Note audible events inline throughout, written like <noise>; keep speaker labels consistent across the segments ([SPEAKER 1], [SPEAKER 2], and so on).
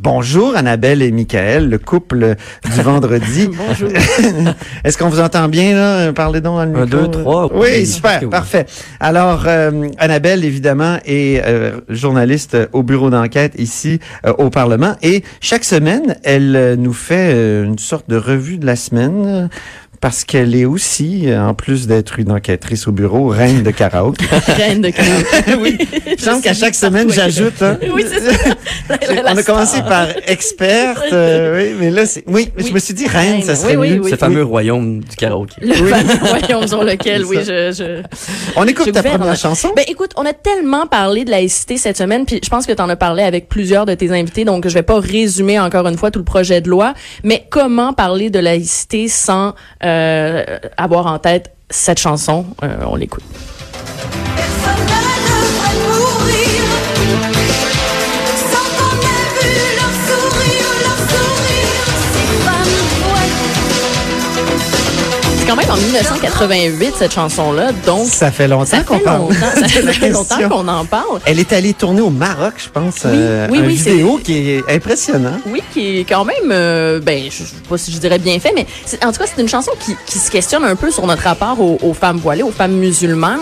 [SPEAKER 1] Bonjour Annabelle et Michael, le couple <laughs> du vendredi. <laughs>
[SPEAKER 2] Bonjour.
[SPEAKER 1] Est-ce qu'on vous entend bien là Euh, Parlez donc dans le
[SPEAKER 3] Un,
[SPEAKER 1] micro.
[SPEAKER 3] deux, trois.
[SPEAKER 1] Oui,
[SPEAKER 3] Oui,
[SPEAKER 1] super,
[SPEAKER 3] oui.
[SPEAKER 1] parfait. Alors euh, Annabelle évidemment est euh, journaliste au bureau d'enquête ici euh, au Parlement et chaque semaine elle euh, nous fait euh, une sorte de revue de la semaine. euh, Parce qu'elle est aussi, euh, en plus d'être une enquêtrice au bureau, reine de karaoke.
[SPEAKER 2] Reine
[SPEAKER 4] <laughs>
[SPEAKER 2] de karaoké.
[SPEAKER 1] oui, il me semble qu'à chaque semaine, j'ajoute. hein.
[SPEAKER 2] Oui, c'est ça. <laughs> La- la- la
[SPEAKER 1] On a
[SPEAKER 2] star.
[SPEAKER 1] commencé
[SPEAKER 2] <laughs>
[SPEAKER 1] par experte, euh, oui, mais là, c'est, oui, mais je
[SPEAKER 2] Oui.
[SPEAKER 1] me suis dit reine, ça
[SPEAKER 2] Reine,
[SPEAKER 1] serait
[SPEAKER 2] oui, oui,
[SPEAKER 1] mieux.
[SPEAKER 2] oui.
[SPEAKER 3] Ce fameux royaume du karaoké.
[SPEAKER 2] Le fameux royaume sur lequel, oui, je, je...
[SPEAKER 1] On écoute
[SPEAKER 2] Je
[SPEAKER 1] ta
[SPEAKER 2] gouverne.
[SPEAKER 1] première chanson.
[SPEAKER 2] Ben écoute, on a tellement parlé de la SCT cette semaine, puis je pense que tu en as parlé avec plusieurs de tes invités, donc je vais pas résumer encore une fois tout le projet de loi, mais comment parler de la SCT sans euh, avoir en tête cette chanson Euh, On l'écoute.
[SPEAKER 4] Personne ne devrait mourir sans qu'on ait vu leur sourire, leur sourire. Ces femmes voilées,
[SPEAKER 2] C'est quand même en 1988 cette chanson-là, donc
[SPEAKER 1] Ça fait longtemps
[SPEAKER 2] ça
[SPEAKER 1] qu'on
[SPEAKER 2] fait
[SPEAKER 1] parle.
[SPEAKER 2] longtemps,
[SPEAKER 1] <laughs>
[SPEAKER 2] ça
[SPEAKER 1] de la
[SPEAKER 2] fait longtemps
[SPEAKER 1] question.
[SPEAKER 2] qu'on en parle.
[SPEAKER 1] Elle est allée tourner au Maroc, je pense. euh,
[SPEAKER 2] oui,
[SPEAKER 1] un
[SPEAKER 2] oui, c'est-
[SPEAKER 1] vidéo qui est impressionnant.
[SPEAKER 2] Oui, qui est quand même, euh, ben, je je sais pas si je dirais bien fait, mais c'est- en tout cas, c'est une chanson qui, qui se questionne un peu sur notre rapport aux, aux femmes voilées, aux femmes musulmanes.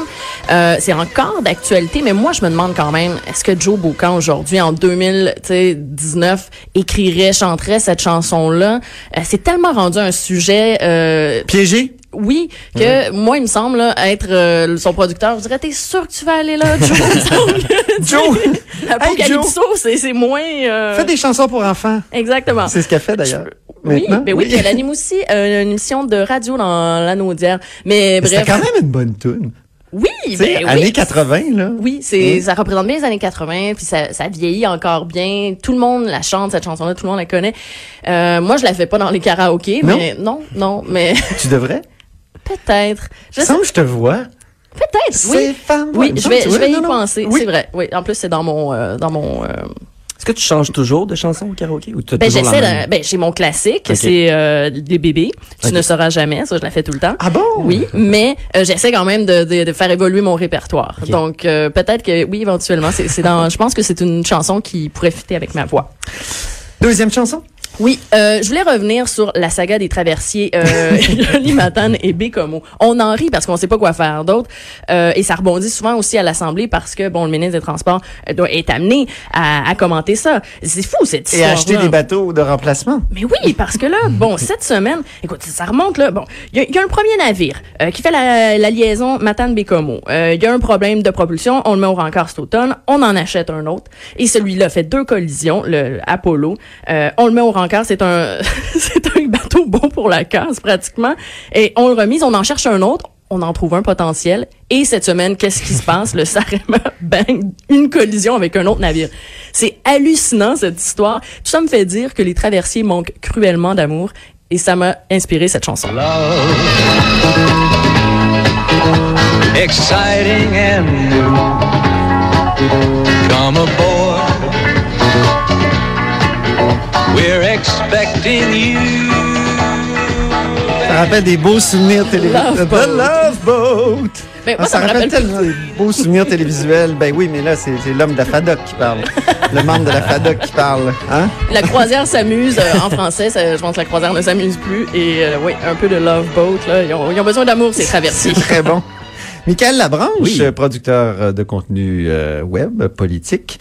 [SPEAKER 2] Euh, c'est encore d'actualité, mais moi, je me demande quand même, est-ce que Joe Boucan, aujourd'hui, en 2019, écrirait, chanterait cette chanson-là? Euh, c'est tellement rendu un sujet... euh,
[SPEAKER 1] Piégé.
[SPEAKER 2] oui, que moi, il me semble là, être euh, son producteur. Je dirais, t'es sûr que tu vas aller là, Joe?
[SPEAKER 1] <laughs>
[SPEAKER 2] <laughs>
[SPEAKER 1] Joe, <laughs>
[SPEAKER 2] Apocalypso, c'est c'est moins... euh,
[SPEAKER 1] fais des chansons pour enfants.
[SPEAKER 2] Exactement.
[SPEAKER 1] C'est ce qu'elle fait d'ailleurs.
[SPEAKER 2] Oui,
[SPEAKER 1] Maintenant,
[SPEAKER 2] ben oui, puis elle anime aussi euh, une émission de radio dans l'anneau d'hier. Mais
[SPEAKER 1] Mais C'était
[SPEAKER 2] bref,
[SPEAKER 1] quand même une bonne tune.
[SPEAKER 2] oui,
[SPEAKER 1] Tu sais,
[SPEAKER 2] ben
[SPEAKER 1] années Hmm.
[SPEAKER 2] oui.
[SPEAKER 1] 80 là.
[SPEAKER 2] Oui, c'est ça représente bien les années 80, puis ça, ça vieillit encore bien. Tout le monde la chante cette chanson-là, tout le monde la connaît. Euh, moi, je la fais pas dans les karaokés,
[SPEAKER 1] Non?
[SPEAKER 2] mais non, non, mais <laughs>
[SPEAKER 1] Tu devrais.
[SPEAKER 2] peut-être.
[SPEAKER 1] Je
[SPEAKER 2] Je sais,
[SPEAKER 1] sens que je te vois.
[SPEAKER 2] peut-être.
[SPEAKER 1] Ces
[SPEAKER 2] Oui,
[SPEAKER 1] femmes.
[SPEAKER 2] oui,
[SPEAKER 1] Ouais,
[SPEAKER 2] je vais,
[SPEAKER 1] tu
[SPEAKER 2] je
[SPEAKER 1] vois,
[SPEAKER 2] vais y
[SPEAKER 1] non, non.
[SPEAKER 2] penser.
[SPEAKER 1] Oui.
[SPEAKER 2] C'est vrai. Oui, en plus c'est dans mon, euh, dans mon. euh,
[SPEAKER 3] Est-ce que tu changes toujours de chanson au karaoké ou tu as
[SPEAKER 2] Ben
[SPEAKER 3] toujours la
[SPEAKER 2] j'essaie. de-
[SPEAKER 3] même?
[SPEAKER 2] Ben j'ai mon classique,
[SPEAKER 3] Ok.
[SPEAKER 2] c'est euh, des bébés. Tu
[SPEAKER 3] Ok.
[SPEAKER 2] ne sauras jamais. Ça, je la fais tout le temps.
[SPEAKER 1] Ah bon?
[SPEAKER 2] Oui, mais euh, j'essaie quand même de, de, de faire évoluer mon répertoire. Donc euh, peut-être que oui, éventuellement, c'est c'est dans. je pense que c'est une chanson qui pourrait fitter avec ma voix.
[SPEAKER 1] Deuxième chanson.
[SPEAKER 2] Oui, euh, je voulais revenir sur la saga des traversiers
[SPEAKER 1] <laughs>
[SPEAKER 2] euh, <laughs> Yoli Matane et Bécomo. On en rit parce qu'on sait pas quoi faire d'autre euh, et ça rebondit souvent aussi à l'Assemblée parce que bon, le ministre des Transports euh, doit est amené à, à commenter ça. C'est fou cette
[SPEAKER 1] Et
[SPEAKER 2] histoire.
[SPEAKER 1] acheter des bateaux de remplacement.
[SPEAKER 2] Mais oui, parce que là, bon, cette semaine, écoute, ça remonte là. Bon, il y, a- il y a un premier navire euh, qui fait la, la liaison Matane-Bécomo. Euh, Il y a un problème de propulsion, on le met au rencard cet automne, on en achète un autre. Et celui-là fait deux collisions, le Apollo. Euh, on le met au rencard, c'est un, <laughs> c'est un bateau bon pour la casse pratiquement. Et on le remise, on en cherche un autre. On en trouve un potentiel. Et cette semaine, qu'est-ce qui se passe? Le Sarema <laughs> bang, une collision avec un autre navire. C'est hallucinant, cette histoire. Tout ça me fait dire que les traversiers manquent cruellement d'amour. Et ça m'a inspiré cette chanson.
[SPEAKER 5] love. Exciting and new. Come aboard. We're expecting you.
[SPEAKER 1] Ça rappelle des beaux souvenirs télévisuels.
[SPEAKER 2] Love
[SPEAKER 1] The
[SPEAKER 2] Boat.
[SPEAKER 1] Love Boat.
[SPEAKER 2] Ben,
[SPEAKER 1] Ah,
[SPEAKER 2] moi,
[SPEAKER 1] ça
[SPEAKER 2] ça me
[SPEAKER 1] rappelle
[SPEAKER 2] rappelle
[SPEAKER 1] tellement des beaux souvenirs télévisuels. Ben oui, mais là, c'est c'est l'homme de la FADOC qui parle. Le membre de la FADOC qui parle. Hein?
[SPEAKER 2] La croisière s'amuse euh, en français. ça- je pense que la croisière ne s'amuse plus. Et euh, oui, un peu de love boat. Là. Ils, ont, ils ont besoin d'amour, ces traversiers.
[SPEAKER 1] C'est très bon. Michael Labranche,
[SPEAKER 3] Oui.
[SPEAKER 1] euh, producteur euh, de contenu euh, web, politique.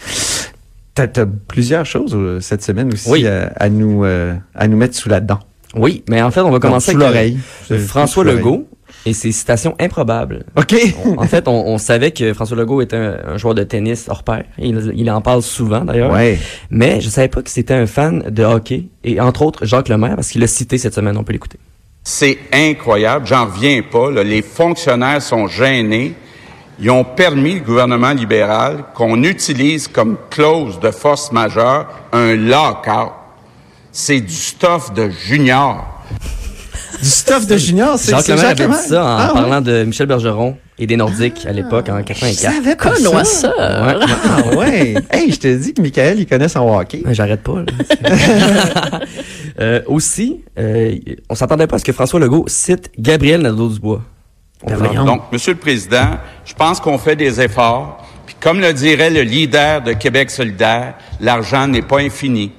[SPEAKER 1] T'as as plusieurs choses euh, cette semaine aussi
[SPEAKER 3] Oui.
[SPEAKER 1] euh, à, nous, euh, à nous mettre sous la dent.
[SPEAKER 2] ben-
[SPEAKER 3] Oui, mais en fait, on va
[SPEAKER 1] Comment
[SPEAKER 3] commencer
[SPEAKER 1] sous
[SPEAKER 3] avec, euh,
[SPEAKER 1] l'oreille.
[SPEAKER 3] François
[SPEAKER 1] Sous l'oreille. Oh.
[SPEAKER 3] Legault et ses citations improbables.
[SPEAKER 1] OK.
[SPEAKER 3] On- en fait, on, on savait que François Legault était un, un joueur de tennis hors pair. Il, il en parle souvent, d'ailleurs.
[SPEAKER 1] Ouais.
[SPEAKER 3] Mais je savais pas que c'était un fan de hockey et entre autres Jacques Lemaire parce qu'il l'a cité cette semaine. On peut l'écouter.
[SPEAKER 6] C'est incroyable, j'en reviens pas. là. Les fonctionnaires sont gênés. Ils ont permis, le gouvernement libéral, qu'on utilise comme clause de force majeure un lockout. C'est du stuff de junior.
[SPEAKER 1] Du stuff de Junior, c'est
[SPEAKER 3] Jacques
[SPEAKER 1] c'est
[SPEAKER 3] Lemaire
[SPEAKER 1] Jacques
[SPEAKER 3] avait dit
[SPEAKER 1] Lemaire.
[SPEAKER 3] ça en
[SPEAKER 1] Ah, ouais.
[SPEAKER 3] parlant de Michel Bergeron et des Nordiques
[SPEAKER 2] Ah.
[SPEAKER 3] à l'époque en 84.
[SPEAKER 1] savais pas
[SPEAKER 2] Connoisseur. ça.
[SPEAKER 3] Ouais, ouais.
[SPEAKER 1] Ah ouais. <laughs> Hey, je te dis que Michael, il connaît son hockey.
[SPEAKER 3] Ouais, Ben, J'arrête pas.
[SPEAKER 1] <laughs>
[SPEAKER 3] là. Euh, aussi, euh, on s'attendait pas à ce que François Legault cite Gabriel Nadeau-Dubois. On
[SPEAKER 1] Ben,
[SPEAKER 3] peut l'entendre.
[SPEAKER 6] Donc, Monsieur le Président, je pense qu'on fait des efforts. Puis, comme le dirait le leader de Québec solidaire, l'argent n'est pas infini.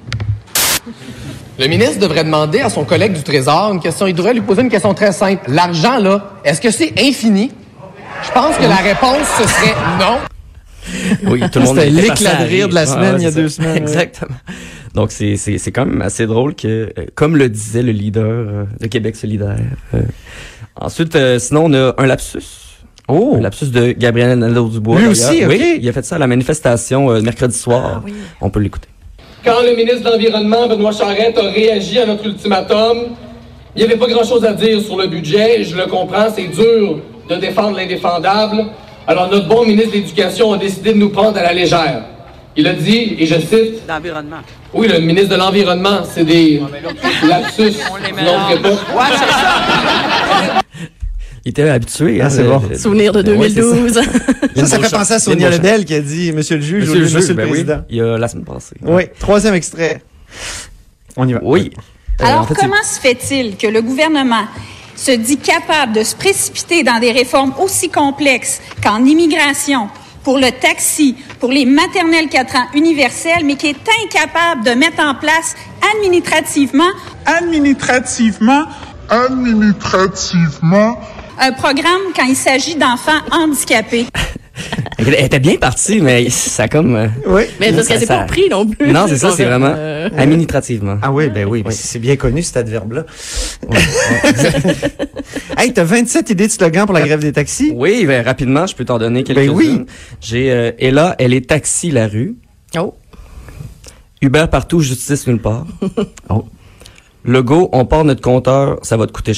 [SPEAKER 7] Le ministre devrait demander à son collègue du Trésor une question. Il devrait lui poser une question très simple. L'argent, là, est-ce que c'est infini? Je pense que la réponse, ce serait non.
[SPEAKER 3] Oui, tout le monde
[SPEAKER 1] <laughs> C'était
[SPEAKER 3] était
[SPEAKER 1] l'éclat
[SPEAKER 3] passé à
[SPEAKER 1] de rire de la
[SPEAKER 3] rire.
[SPEAKER 1] semaine, il y a
[SPEAKER 3] c'est
[SPEAKER 1] deux
[SPEAKER 3] ça.
[SPEAKER 1] semaines, ouais.
[SPEAKER 3] Exactement. Donc, c'est- c'est c'est quand même assez drôle que, euh, comme le disait le leader euh, de Québec solidaire. euh, ensuite, euh, sinon, on a un lapsus.
[SPEAKER 1] Oh!
[SPEAKER 3] Un lapsus de Gabriel Nadeau-Dubois.
[SPEAKER 1] Lui
[SPEAKER 3] d'ailleurs.
[SPEAKER 1] aussi, ok.
[SPEAKER 3] Oui, il a fait ça à la manifestation euh, mercredi
[SPEAKER 2] Ah
[SPEAKER 3] soir. On peut l'écouter.
[SPEAKER 7] Quand le ministre de l'Environnement, Benoît Charette, a réagi à notre ultimatum, il n'y avait pas grand-chose à dire sur le budget, et je le comprends, c'est dur de défendre l'indéfendable. Alors notre bon ministre de l'Éducation a décidé de nous prendre à la légère. Il a dit, et je cite... L'environnement. Oui, le ministre de l'Environnement, c'est des lapsus. Non, pas.
[SPEAKER 3] Il était habitué.
[SPEAKER 1] Ah,
[SPEAKER 3] hein,
[SPEAKER 1] c'est
[SPEAKER 3] le-
[SPEAKER 1] bon.
[SPEAKER 3] le-
[SPEAKER 2] Souvenir de
[SPEAKER 3] Ouais, c'est ça.
[SPEAKER 2] 2012.
[SPEAKER 1] Ça, ça
[SPEAKER 3] Lynn
[SPEAKER 1] fait
[SPEAKER 3] Beauchamp.
[SPEAKER 1] penser à
[SPEAKER 3] Lynn
[SPEAKER 1] Sonia
[SPEAKER 3] Beauchamp.
[SPEAKER 1] Lebel qui a dit Monsieur le juge, au
[SPEAKER 3] Monsieur
[SPEAKER 1] lieu
[SPEAKER 3] le
[SPEAKER 1] de Monsieur
[SPEAKER 3] juge,
[SPEAKER 1] le
[SPEAKER 3] ben oui,
[SPEAKER 1] président.
[SPEAKER 3] il y a la semaine passée.
[SPEAKER 1] Oui, troisième extrait. On y va.
[SPEAKER 3] Oui. Euh,
[SPEAKER 8] Alors,
[SPEAKER 3] en fait, c'est-
[SPEAKER 8] comment se fait-il que le gouvernement se dit capable de se précipiter dans des réformes aussi complexes qu'en immigration, pour le taxi, pour les maternelles 4 ans universelles, mais qui est incapable de mettre en place administrativement
[SPEAKER 9] administrativement, administrativement,
[SPEAKER 8] un programme quand il s'agit d'enfants handicapés?
[SPEAKER 3] Elle elle était bien partie, mais ça a comme. euh,
[SPEAKER 1] Oui.
[SPEAKER 2] Mais parce
[SPEAKER 3] Ça-
[SPEAKER 2] qu'elle s'est
[SPEAKER 3] ça-
[SPEAKER 2] pas pris non plus.
[SPEAKER 3] Non, c'est ça, c'est vraiment
[SPEAKER 2] Euh,
[SPEAKER 3] administrativement.
[SPEAKER 1] Ah oui, ben oui, mais c'est bien connu cet adverbe-là. <laughs> hey, t'as 27 idées de slogans pour la grève des taxis?
[SPEAKER 3] Oui, ben, rapidement, je peux t'en donner quelques-unes.
[SPEAKER 1] Ben oui.
[SPEAKER 3] J'ai euh, Ella, elle est taxi la rue.
[SPEAKER 2] Oh.
[SPEAKER 1] <laughs>
[SPEAKER 3] Uber partout, justice nulle part. Lego, on part notre compteur, ça va te coûter